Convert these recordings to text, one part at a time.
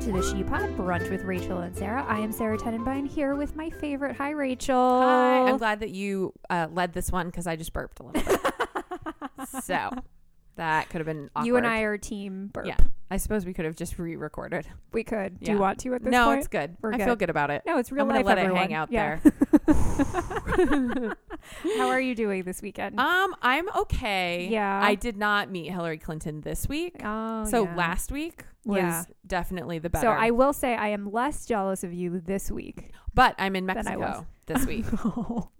to the She Pod Brunch with Rachel and Sarah. I am Sarah Tenenbein here with my favorite. Hi, Rachel. Hi. I'm glad that you uh, led this one because I just burped a little bit. so that could have been awkward. You and I are team burp. Yeah. I suppose we could have just re-recorded. We could. Do Yeah. you want to at this no, point? it's good. We're I good. feel good about it. no, it's real I'm gonna life. let it everyone. hang out Yeah. How are you doing this weekend? Um, I'm okay. Yeah. I did not meet Hillary Clinton this week. oh, so yeah. last week was Yeah. definitely the better. So I will say I am less jealous of you this week. but I'm in Then I Mexico this week.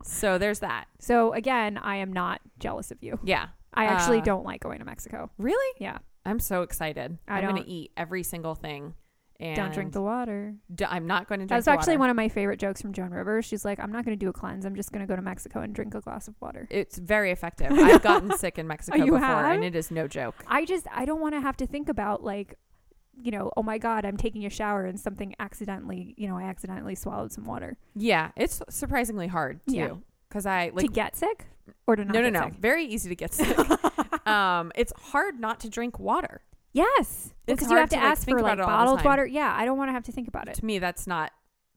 so there's that. so again, I am not jealous of you. Yeah. I actually Uh, don't like going to Mexico. Really? Yeah. I'm so excited. I am going don't- to eat every single thing. And Don't drink the water. D- I'm not going to drink That's the actually water. one of my favorite jokes from Joan Rivers. She's like, I'm not going to do a cleanse. I'm just going to go to Mexico and drink a glass of water. It's very effective. I've gotten sick in Mexico Oh, You before, have? and it is no joke. I just, I don't want to have to think about, like, you know, oh my God, I'm taking a shower and something accidentally, you know, I accidentally swallowed some water. Yeah, it's surprisingly hard Yeah. too, because I like to get sick or to not no, no, get no, sick? very easy to get sick. um, it's hard not to drink water. Yes. It's Because you have hard to, to, like, ask think for about like it all the bottled time. water. Yeah. I don't want to have to think about it. To me, that's not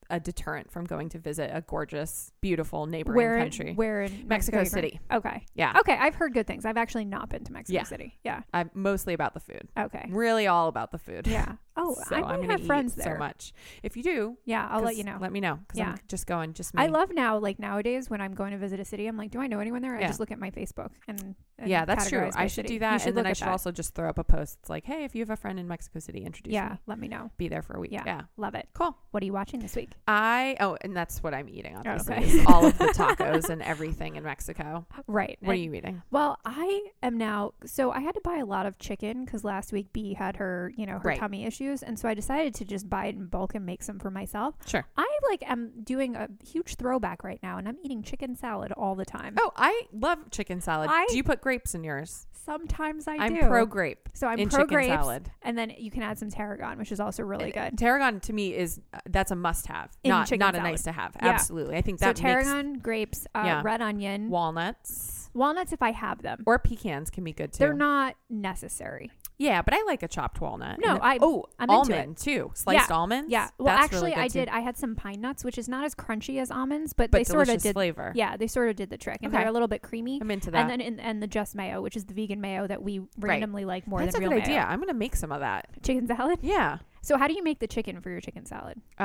a deterrent from going to visit a gorgeous, beautiful neighboring Where, country. where in Mexico you're City. from? Okay. yeah, Okay. I've heard good things. I've actually not been to Mexico Yeah. City. Yeah. I'm mostly about the food. Okay. Really, all about the food. Yeah. Oh, so I am might gonna have eat friends so there. much. If you do, Yeah. I'll let 'cause you know. Let me know because Yeah. I'm just going. Just me. I love now, like nowadays, when I'm going to visit a city, I'm like, do I know anyone there? I Yeah. just look at my Facebook and, and yeah, that's true. categorize by I should city. do You that, and then look I at should that. also just throw up a post. It's like, hey, if you have a friend in Mexico City, introduce yeah, me. let me know. Be there for a week. Yeah. yeah. Love it. Cool. What are you watching this week? I oh, and that's what I'm eating. Obviously, okay. is all of the tacos and everything in Mexico. Right. What are And- you eating? Well, I am now. So I had to buy a lot of chicken because last week B had her, you know, her Right. tummy issues, and so I decided to just buy it in bulk and make some for myself. Sure. I like am doing a huge throwback right now, and I'm eating chicken salad all the time. Oh, I love chicken salad. Mm. I- do you put grapes in yours? Sometimes I am do. pro grape. So I'm in pro chicken grapes, salad. and then you can add some tarragon, which is also really good. Tarragon to me is uh, that's a must have, In not chicken not a salad. nice to have. Yeah. Absolutely, I think that so makes tarragon, grapes, uh, Yeah. red onion, walnuts walnuts if I have them. or pecans can be good too. They're not necessary. yeah, but I like a chopped walnut. No, And- I- oh I'm into it. almond too, sliced almonds. Yeah. Well, That's actually, really good I too. did. I had some pine nuts, which is not as crunchy as almonds, but, but they sort of delicious did. flavor. Yeah, they sort of did the trick, and Okay. they're a little bit creamy. I'm into that. And then in, and the just mayo, which is the vegan mayo that we randomly like more that's than a real good mayo. idea. I'm gonna make some of that. Chicken salad. Yeah. So how do you make the chicken for your chicken salad? Uh,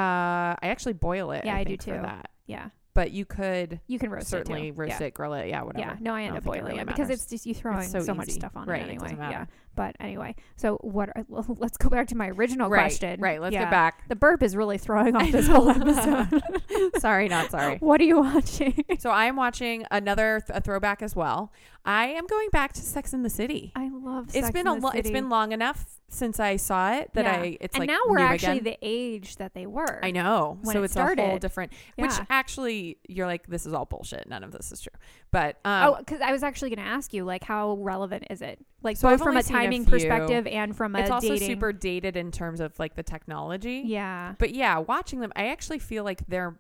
I actually boil it. Yeah, I do think, for too. that. Yeah, But you could you can roast certainly it too. roast yeah. it, grill it, yeah, whatever. Yeah, no, I end don't up think it boiling really it because matters. it's just you throwing so so much easy. stuff on Right, it it doesn't anyway. yeah, matter. but anyway, so what? Are, let's go back to my original right, question. right. Let's Yeah. get back. The burp is really throwing off this whole episode. sorry, not sorry. what are you watching? So I am watching another th- a throwback as well. I am going back to Sex in the City. I love. It's Sex been and a the lo- it's City. been long enough since I saw it that Yeah. I it's and like now we're new actually again. the age that they were. I know. when so it it's a whole started. different Yeah. which actually you're like this is all bullshit. None of this is true. But um Oh, because I was actually going to ask you, like, how relevant is it? Like, So both I've from only a seen a timing few. perspective and from a it's also dating. super dated in terms of like the technology. yeah, But yeah, watching them, I actually feel like they're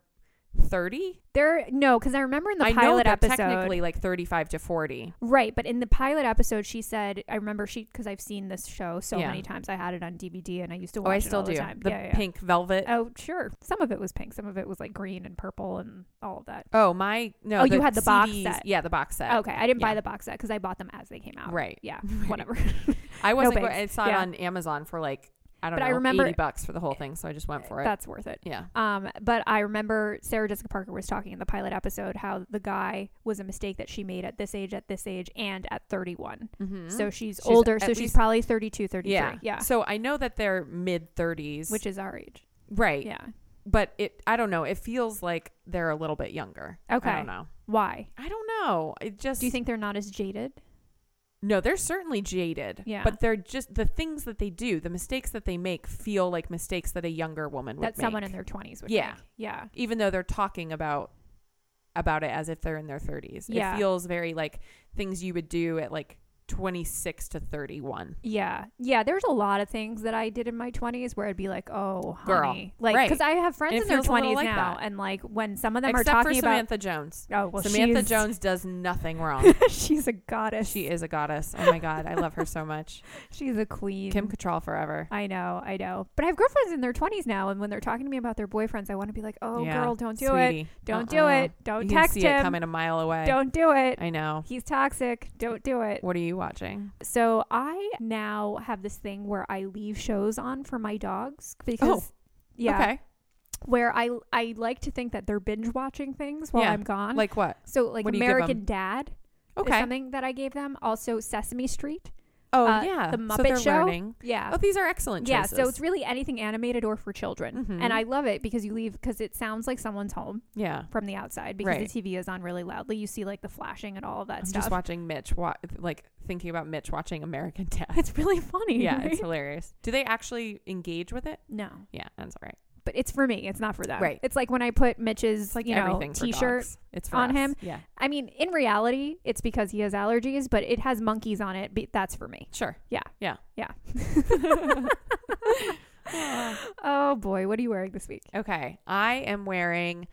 30. there. No, because I remember in the I know pilot they're episode, technically like 35 to 40. right? But in the pilot episode, she said, "I remember she because I've seen this show so Yeah. many times. I had it on DVD and I used to watch Oh, I it still all do. the The, time. yeah, yeah. pink velvet. Oh, sure. Some of it was pink. Some of it was like green and purple and all of that. oh, my no. Oh, you had the box CDs set. Oh, Yeah, the box set. okay, I didn't buy Uh, yeah. the box set because I bought them as they came out. Right. Yeah. Right. Whatever. I wasn't. No go- bigs. I saw Yeah. it on Amazon for like I don't But know. I remember- Uh, 80 bucks for the whole thing, so I just went for it. That's worth it. yeah. Um, but I remember Sarah Jessica Parker was talking in the pilot episode how the guy was a mistake that she made at this age, at this age, and at 31. Mhm. So she's, She's older, at so she's least- probably 32, 33. yeah, Yeah. So I know that they're mid 30s, Which is our age. right. Yeah. But it, I don't know. It feels like they're a little bit younger. Okay. I don't know. Why? I don't know. It just Do you think they're not as jaded? No, they're certainly jaded. Yeah. But they're just the things that they do, the mistakes that they make feel like mistakes that a younger woman would That make. someone in their 20s would Yeah. make? Yeah. even though they're talking about about it as if they're in their 30s. Yeah. It feels very like things you would do at like 26 to 31. Yeah. Yeah. There's a lot of things that I did in my 20s where I'd be like, oh, Girl. honey. Like, Right. because I have friends And it in their feels a little 20s like now. that. And like, when some of them Except are for talking about. Samantha Jones. Oh, well, Samantha she's- Jones does nothing wrong. she's a goddess. she is a goddess. Oh my god, I love her so much. She's a queen. Kim Cattrall forever. I know, I know. But I have girlfriends in their 20s now, and when they're talking to me about their boyfriends, I want to be like, "Oh, Yeah, girl, don't do it. Sweetie. Don't Uh-uh. do it. Don't you text can see it him. coming a mile away. Don't do it. I know. He's toxic. Don't do it." What are you watching? So I now have this thing where I leave shows on for my dogs Oh, because yeah, Okay. where I I like to think that they're binge watching things while Yeah, I'm gone. Like what? so like what do you give 'em? American Dad is Okay. something that I gave them. Also Sesame Street. Oh uh, yeah. The so Muppet they're Show? learning. Yeah. Oh, these are excellent Yeah, choices. so it's really anything animated or for children. Mhm. And I love it because you leave because it sounds like someone's home yeah. from the outside because Right. the TV is on really loudly. You see like the flashing and all of that I'm stuff. just watching Mitch. Wa- like thinking about Mitch watching American Dad. it's really funny. yeah, right? it's hilarious. Do they actually engage with it? no, Yeah, that's all right. but it's for me. It's not for them. Right. It's like when I put Mitch's It's like you know everything for t-shirt. dogs. It's for on us. him. Yeah, I mean, in reality, it's because he has allergies, but it has monkeys on it. But that's for me. sure. Oh boy, what are you wearing this week? Okay, I am wearing.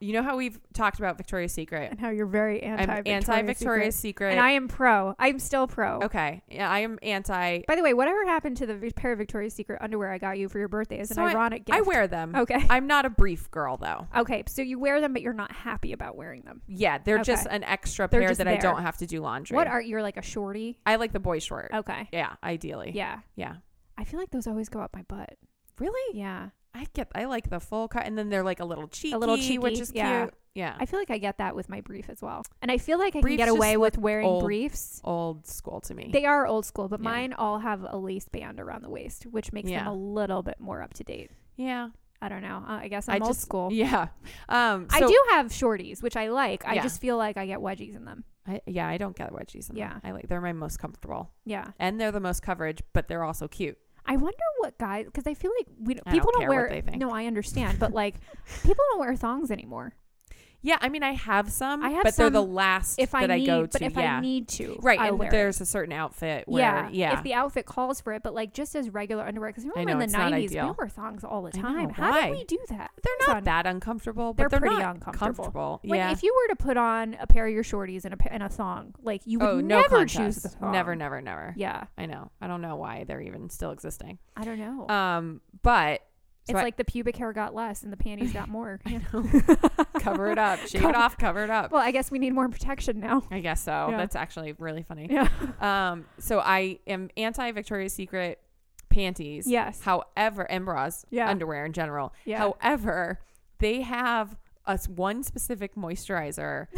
You know how we've talked about Victoria's Secret. And how you're very anti. I'm anti Victoria's Secret. Secret. And I am pro. I'm still pro. okay, yeah, I am anti. By the way, whatever happened to the vi- pair of Victoria's Secret underwear I got you for your birthday is an So ironic gift. I wear them. Okay. I'm not a brief girl though. Okay, so you wear them, but you're not happy about wearing them. Yeah, they're just Okay. an extra They're pair just that I there. don't have to do laundry. What are you're like a shorty? I like the boy short. Okay. Yeah, ideally. Yeah. Yeah. I feel like those always go up my butt. Really? Yeah. I get. I like the full cut, and then they're like a little cheeky, little which cheeky, is yeah. cute. Yeah. I feel like I get that with my brief as well. And I feel like I Oh. Briefs can get just away with wearing old. briefs. Old school to me. They are old school, but Yeah. mine all have a lace band around the waist, which makes Yeah. them a little bit more up to date. yeah. I don't know. Uh, I guess I I'm old just- school. Yeah. Um. I so- do have shorties, which I like. I Yeah. just feel like I get wedgies in them. I, yeah, I don't get wedgies. In Yeah. them. I like they're my most comfortable, Yeah. and they're the most coverage, but they're also cute. I wonder what guys, because I feel like we don't, I don't people don't, care what wear. they think. No, I understand, but like, people don't wear thongs anymore. Yeah, I mean, I have some, I have but they're the some last If I that need, I go to. but if yeah, I need to, right. I'll and wear it. Oh, there's a certain outfit where yeah, If the outfit calls for it, but like just as regular underwear, because remember know, in it's the not '90s we ideal. wore thongs all the I know, time. How why? did we do that? they're not that uncomfortable, but They're they're, pretty not uncomfortable. comfortable. Like yeah. if you were to put on a pair of your shorties and a pa- and a thong, like you would oh, no never contest. choose the thong. Never, never, never. Yeah, I know. I don't know why they're even still existing. I don't know. Um, but so it's I- like the pubic hair got less and the panties got more. you know? cover it up, shave it Cover- off, cover it up. Well, I guess we need more protection now. I guess so. Yeah. That's actually really funny. Yeah. Um, so I am anti Victoria's Secret panties. Yes. However, and bras, Yeah. underwear in general. Yeah. However, they have us one specific moisturizer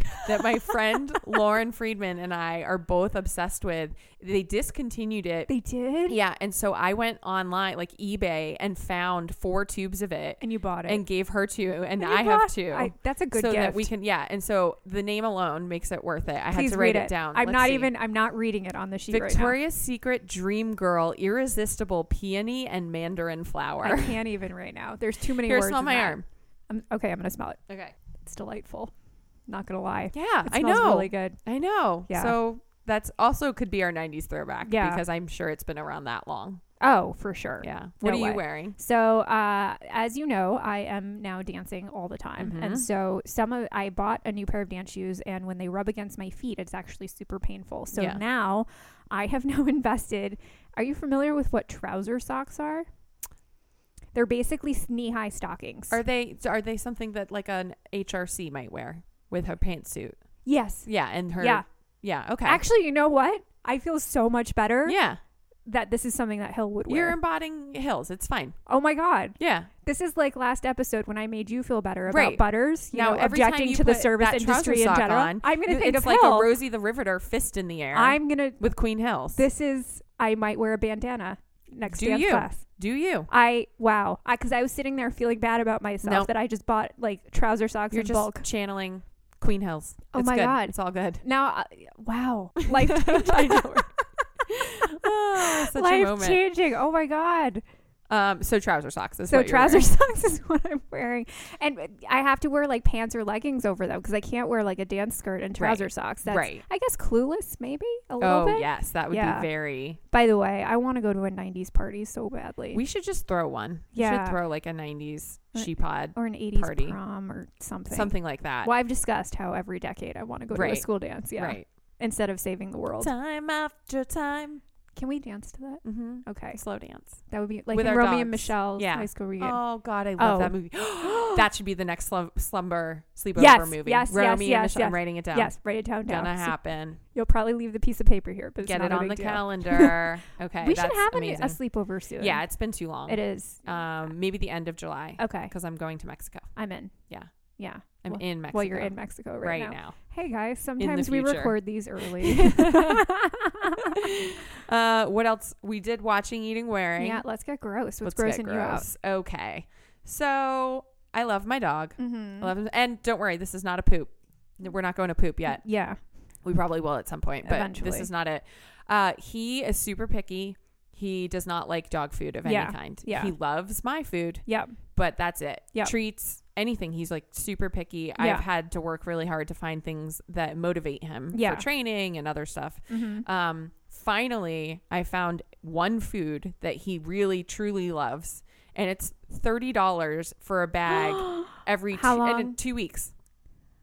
that my friend Lauren Friedman and I are both obsessed with. They discontinued it. They did. yeah, and so I went online like eBay and found four tubes of it And you bought it. and gave her two And and, you I have bought- two Oh I- that's a good so gift. that we can yeah and so the name alone makes it worth it i Please had to write read it. down I'm Let's not see. even. I'm not reading it on the sheet right victoria's secret dream girl irresistible peony and mandarin now. I flower can't even right now. There's too many here words. smell in my that. arm I'm, okay, I'm gonna smell it. okay It's delightful. Not gonna lie. yeah It i smells know really good. i know Yeah. so that's also could be our 90s throwback Yeah. because i'm sure it's been around that long Oh, for sure. yeah No what are you way. wearing So, uh, as you know, I am now dancing all the time, Mhm. and so some of I bought a new pair of dance shoes, and when they rub against my feet, it's actually super painful. So Yeah. now, I have now invested. Are you familiar with what trouser socks are? They're basically knee high stockings. are they are they something that like an hrc might wear with her pantsuit yes. yeah and her Yeah. yeah okay Actually, you know what? I feel so much better yeah that this is something that Hill would wear. you're embodying hills it's fine oh my god. yeah This is like last episode when I made you feel better about Right. butters. You Now, know, every time objecting you to the put service that trouser industry in sock general. on, I'm gonna It's think of like Hill. a Rosie the Riveter fist in the air. I'm gonna. with Queen Hills. This is. I might wear a bandana next Do dance you? class. Do you? I wow. I because I was sitting there feeling bad about myself Nope. that I just bought like trouser socks You're in just bulk. channeling Queen Hills. Oh It's my good. God. it's all good. Now, uh, wow, life changing. Oh, such a life moment. changing. Oh my god. Um, so trouser socks is So what you're trouser wearing. socks is what I'm wearing, and I have to wear like pants or leggings over them because I can't wear like a dance skirt and trouser socks. That's, Right. I guess clueless maybe a little Oh bit. yes, that would Yeah. be very. By the way, I want to go to a '90s party so badly, We should just throw one. We Yeah. should throw like a '90s Uh, she pod, or an '80s party. prom or something. something like that. Well, I've discussed how every decade I want to go to Right. a school dance. Yeah. Right. Instead of saving the world, Time after time. can we dance to that? Mm-hmm. Okay, Slow dance. that would be like With in our Romeo dogs. and Michelle's Yeah. high school reunion. Oh God, I love Oh. that movie. that should be the next slum- slumber sleepover Yes, movie. yes, yes, Romeo and yes, Michelle- I'm yes. writing it down. Yes, write it down now. Gonna So happen. you'll probably leave the piece of paper here, but it's Get not it a on big the deal. calendar. Okay, we that's should have an, amazing. a sleepover soon. yeah, it's been too long. it is. Um, maybe the end of July Okay, because I'm going to Mexico. I'm in. Yeah. yeah. I'm well, in Mexico. well, you're in Mexico right, now. Hey guys, sometimes we future. record these early. uh, what else? We did watching, eating, wearing. yeah, let's get gross. Let's What's gross get in you out? gross. Okay. So I love my dog. Mm-hmm. I love him. And don't worry, this is not a poop. No, We're not going to poop yet. Yeah. We probably will at some point, but this Eventually. is not it. Uh, he is super picky. He does not like dog food of Yeah. any kind. Yeah. He loves my food, Yep. but that's it. Yep. Treats, anything. He's like super picky. Yeah. I've had to work really hard to find things that motivate him Yeah. for training and other stuff. Mm-hmm. Um, finally, I found one food that he really truly loves, and it's thirty dollars for a bag every How two, and in long? two weeks.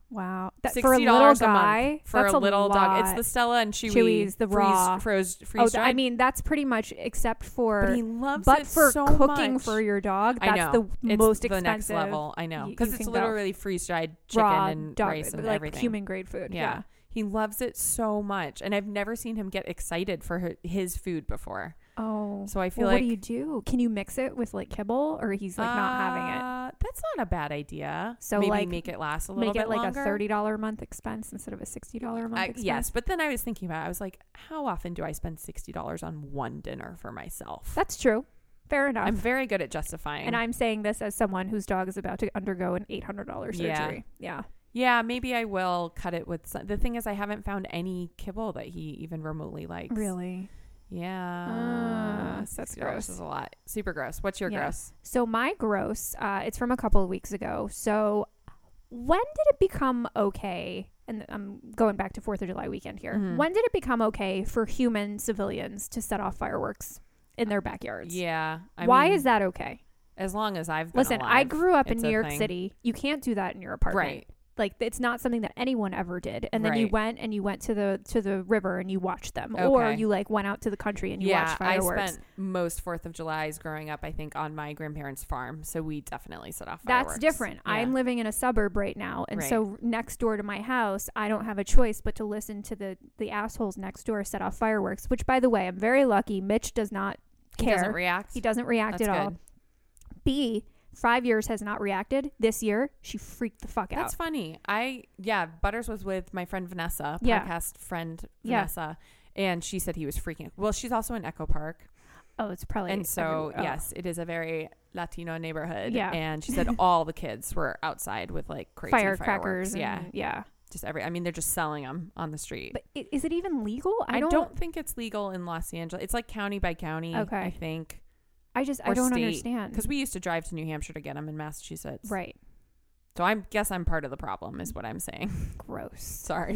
Wow. That, for a Sixty little dollars a guy, month for that's a little dog. It's lot. the Stella and Chewy Chewy's, the freeze, raw. froze Oh, freeze th- I dried. mean, that's pretty much except for. but he loves but it for so cooking much. for your dog, I that's know. the It's most the expensive next level. I know y- because you can it's go. literally freeze dried chicken raw and dog, rice and like everything. human grade food. yeah. He loves it so much, and I've never seen him get excited for her, his food before. Oh. So I feel Well, like what do you do? Can you mix it with like kibble, or he's like not having it? Uh, That's not a bad idea. So, maybe like, make it last a little Make bit it like longer. a thirty dollar a month expense instead of a sixty dollar a month. I- expense. yes, but then I was thinking about. it. I was like, how often do I spend sixty dollars on one dinner for myself? that's true. Fair enough. I'm very good at justifying. and I'm saying this as someone whose dog is about to undergo an eight hundred dollar Yeah. surgery. Yeah. yeah, maybe I will cut it with. Some, the thing is, I haven't found any kibble that he even remotely likes. Really. Ah, Yeah, that's $60 gross. Is a lot. Super gross. What's your Yeah. gross? So my gross, uh, it's from a couple of weeks ago. So when did it become okay? And I'm going back to Fourth of July weekend here. Mhm. When did it become okay for human civilians to set off fireworks in their backyards? Yeah. I Why mean, is that okay? As long as I've been Listen, I alive, grew up in it's New a York thing. City. You can't do that in your apartment. Right. Like it's not something that anyone ever did. And then you Right. went and you went to the to the river and you watched them, or Okay. you like went out to the country and you watched fireworks. I spent most Fourth of July's growing up, I think, on my grandparents' farm. So we definitely set off fireworks. That's different. Yeah. I'm living in a suburb right now, and Right. so next door to my house, I don't have a choice but to listen to the the assholes next door set off fireworks. Which, by the way, I'm very lucky. Mitch does not He care. doesn't react. He doesn't react That's at all. good. B five years has not reacted. This year, she freaked the fuck That's out. funny. I yeah, Butters was with my friend Vanessa, Yeah. podcast friend Yeah. Vanessa, and she said he was freaking. Well, she's also in Echo Park, Oh, it's probably and so every- oh. yes, it is a very Latino neighborhood. Yeah. and she said all the kids were outside with like crazy firecrackers. fireworks. Yeah, and- yeah. just every. I mean, they're just selling them on the street. But i- is it even legal? I I don't. don't, think it's legal in Los Angeles. It's like county by county. I Okay. think. I just I or don't state, understand. because we used to drive to New Hampshire to get them in Massachusetts. right, So I guess I'm part of the problem, is what I'm saying. gross. Sorry.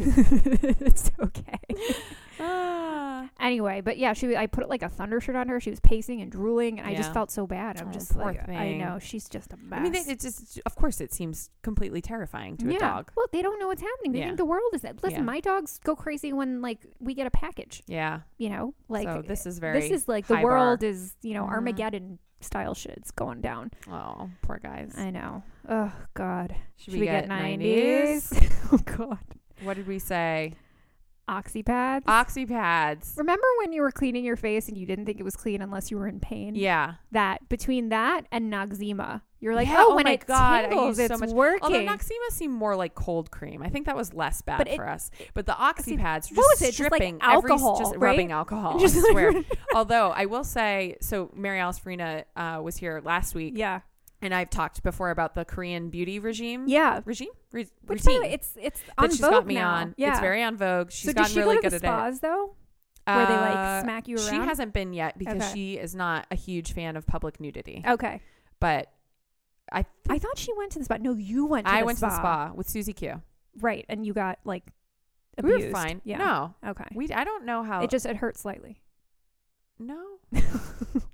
it's okay. Ah. Anyway, but yeah, she was, I put like a thunder shirt on her. She was pacing and drooling, and I just Yeah. felt so bad. I'm Oh, just poor like, I thing. know she's just a mess. I mean, it, it just of course it seems completely terrifying to a yeah. dog. Well, they don't know what's happening. They Yeah. think the world is. Listen, Yeah. my dogs go crazy when like we get a package. Yeah. You know, like eh, so this is very. this is like the high bar. world is you know Mhm. Armageddon style shit. It's going down. oh, poor guys. I know. Oh God. Should, we, get nineties? 90s? oh God. What did we say? Oxy pads. Oxy pads. Remember when you were cleaning your face and you didn't think it was clean unless you were in pain? Yeah. that between that and noxema. You're like, Yeah, oh, oh when my it God, I tingles, use it's so much- working. Although Noxema seemed more like cold cream. I think that was less bad But it- for us. But the see, oxy pads were what just was it? Just like stripping every- alcohol, just right? rubbing alcohol. Just I like- swear. Although I will say, so Mary Alice Farina uh, was here last week, yeah, and I've talked before about the Korean beauty regime. yeah. regime, Re- Which by the routine. way, it's it's on that she's Vogue got me now. on. Yeah, It's very on Vogue. She's so does gotten she really go to good the at it. spas though? where they like Uh, smack you around? She hasn't been yet because Okay. she is not a huge fan of public nudity. Okay. But I think I thought she went to the spa. No, you went to I the went spa. to the spa with Susie Q. Right. And you got like We abused. were fine. Yeah. No, Okay. we. I don't know how. It just it hurt slightly. no.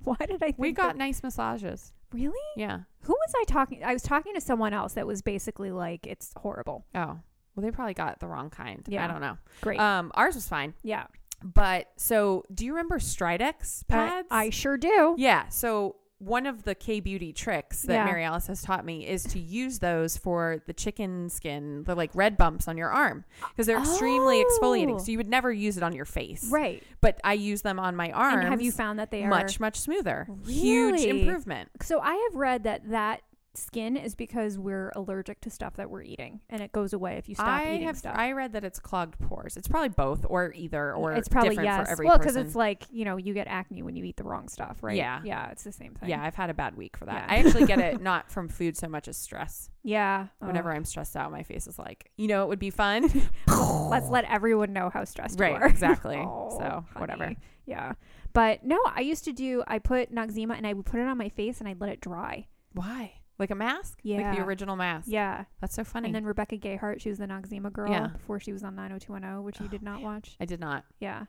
Why did I think We got that- nice massages. Really? Yeah. Who was I talking I was talking to someone else that was basically like it's horrible. Oh. Well, they probably got the wrong kind. Yeah. I don't know. Great. Um, ours was fine. yeah. But so, do you remember Stridex I- pads? Uh, I, sure do. Yeah. So one of the K beauty tricks that Yeah. Mary Alice has taught me is to use those for the chicken skin, the like red bumps on your arm because they're extremely Oh. exfoliating. So you would never use it on your face, Right. But I use them on my arm. And have you found that they are much much smoother? Huge Really? improvement. So I have read that that skin is because we're allergic to stuff that we're eating and it goes away if you stop I eating have stuff. I read that it's clogged pores. It's probably both or either or it's probably different yes. for every well, because person. it's like you know you get acne when you eat the wrong stuff, right? Yeah. yeah, it's the same thing. yeah, I've had a bad week for that. Yeah. I actually get it Oh. not from food so much as stress. yeah. Ugh. Whenever I'm stressed out, my face is like, you know, it would be fun. Oh. let's let everyone know how stressed you Right, are. exactly. Oh, So, whatever. honey. Yeah, but no, I used to do. I put Noxzema and I would put it on my face and I'd let it dry. Why? Like a mask? Like Yeah. the original mask. Yeah, That's so funny. and then Rebecca Gayhart, she was the Noxzema girl Yeah. before she was on 90210, which you Oh, did not watch. I did not. Yeah,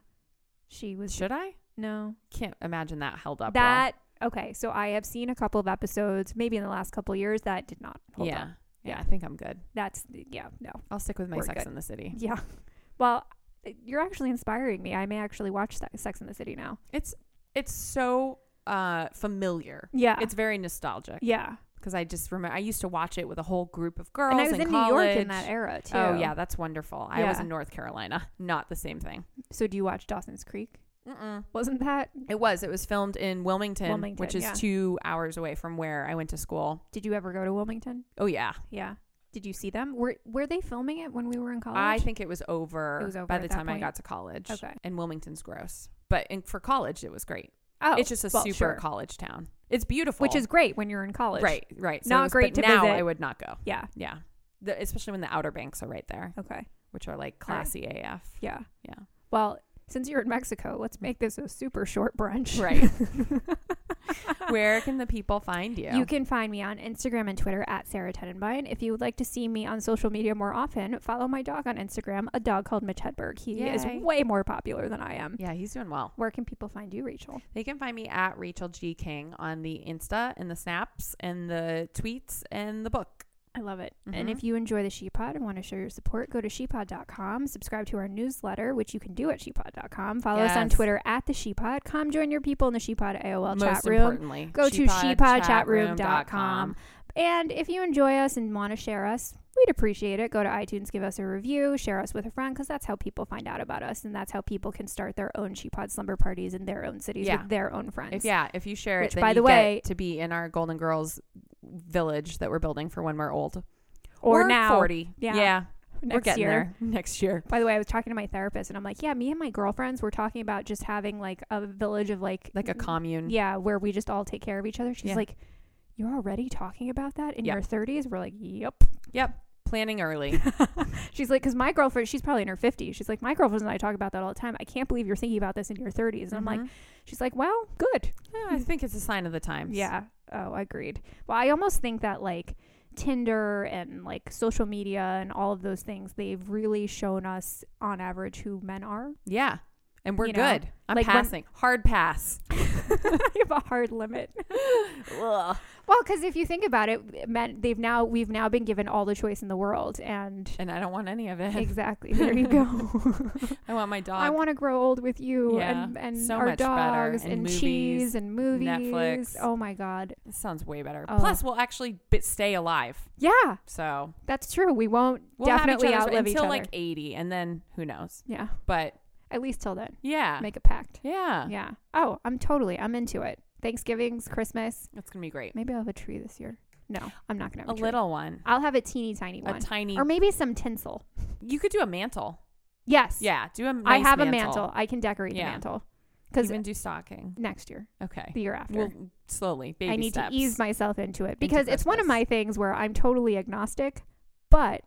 she was Should I? no. Can't imagine that held up. well. that okay so i have seen a couple of episodes maybe in the last couple of years that did not hold yeah. up. Yeah, Yeah. I think I'm good. that's yeah no I'll stick with my We're Sex good. in the City. yeah well uh, you're actually inspiring me i may actually watch Se- sex in the city now It's it's so uh familiar. yeah It's very nostalgic yeah because I just remember I used to watch it with a whole group of girls. and i was in, new york in college. that era too Oh yeah, that's wonderful. I was Yeah. in North Carolina. Not the same thing. so do you watch dawson's creek Mm-mm. wasn't that It was. It was filmed in Wilmington, Wilmington, which is yeah. two hours away from where I went to school. did you ever go to wilmington Oh yeah, yeah did you see them were were they filming it when we were in college I think it was over, It was over by at the that time I point? got to college. Okay. And Wilmington's gross. But in, for college, it was great. oh it's just a well, super sure. college town. It's beautiful. which is great when you're in college Right, right. it Not was- great but to now visit. I would not go. yeah Yeah. The, especially when the Outer Banks are right there, okay which are like All right. classy AF. yeah Yeah. well since you're in mexico let's make this a super short brunch Right. Where can the people find you? You can find me on Instagram and Twitter at Sarah Tenenbein. If you would like to see me on social media more often, follow my dog on Instagram, a dog called Mitch Hedberg. He is Yay. way more popular than I am. yeah, he's doing well. Where can people find you, Rachel? They can find me at Rachel G. King on the Insta and the snaps and the tweets and the book. I love it. And Mhm. if you enjoy the SheePod and want to show your support, go to sheepod.com, subscribe to our newsletter, which you can do at sheepod.com. Follow us on Yes. Twitter at the sheepod. Come join your people in the sheepod AOL Most chat room. importantly, Go to sheepodchatroom.com. sheepodchatroom.com. And if you enjoy us and want to share us, we'd appreciate it. Go to iTunes, give us a review, share us with a friend, because that's how people find out about us, and that's how people can start their own Sheepod slumber parties in their own cities Yeah. with their own friends. If, yeah, if you share Which, it, then by you the get way- to be in our Golden Girls village that we're building for when we're old Or, now, forty. Yeah. Yeah, next we're getting year. there next year. By the way, I was talking to my therapist, and I'm like, yeah, me and my girlfriends were talking about just having like a village of like, Like a commune. Mm-hmm. yeah, where we just all take care of each other. She's Yeah. like, you're already talking about that in Yep. your 30s? We're like, yep. Yep, planning early. She's like, because my girlfriend, she's probably in her 50s. She's like, my girlfriends and I talk about that all the time. I can't believe you're thinking about this in your 30s. And I'm like, Mhm. she's like, well, good. Yeah, "Ah, I think it's a sign of the times. Yeah. Oh, agreed. Well, I almost think that like Tinder and like social media and all of those things, they've really shown us on average who men are. yeah, and we're You know, good. I'm like when- passing hard pass. I have a hard limit. Ugh. Well, because if you think about it, men, they've now, we've now been given all the choice in the world. And And I don't want any of it. exactly, there you go. I want my dog. I want to grow old with you Yeah. and, and So our much better. dogs And and, movies, cheese and movies. Netflix. Oh my god. This sounds way better. Oh. Plus, we'll actually bi- stay alive. Yeah, So that's true. We won't we'll definitely have each other's- outlive each until other. like 80, and then who knows? yeah, But at least till then. yeah, Make a pact. yeah, Yeah. Oh, I'm totally. I'm into it. Thanksgiving's Christmas. it's gonna be great. Maybe I'll have a tree this year. No, I'm not gonna have a, A tree. little one, I'll have a teeny tiny a one, tiny. or maybe some tinsel. you could do a mantle. Yes. Yeah, do a. I nice have a mantle. I can decorate the Yeah. mantle because Even do stocking. next year, Okay. the year after. Well, slowly, baby I need steps. to ease myself into it because it's one of Christmas. my things where I'm totally agnostic, but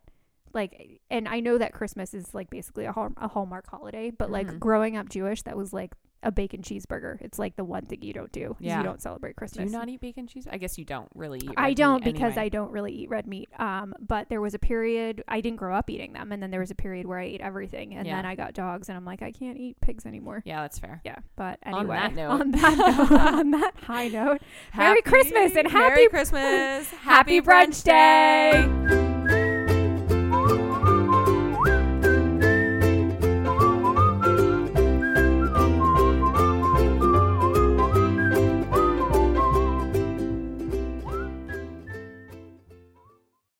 like and I know that Christmas is like basically a, hall- a hallmark holiday, but Mhm. like growing up Jewish, that was like a bacon cheeseburger. It's like the one thing you don't do. is Yeah. You don't celebrate Do Christmas. you not eat bacon cheese? I guess you don't really. Eat I don't because I don't really eat red meat. Um, but there was a period I didn't grow up eating them, and then there was a period where I ate everything, and Yeah. then I got dogs, and I'm like, I can't eat pigs anymore. Yeah, that's fair. Yeah, but On anyway, that note. on that note, on that high note, Merry Christmas and Merry happy- Christmas. Happy Brunch Day.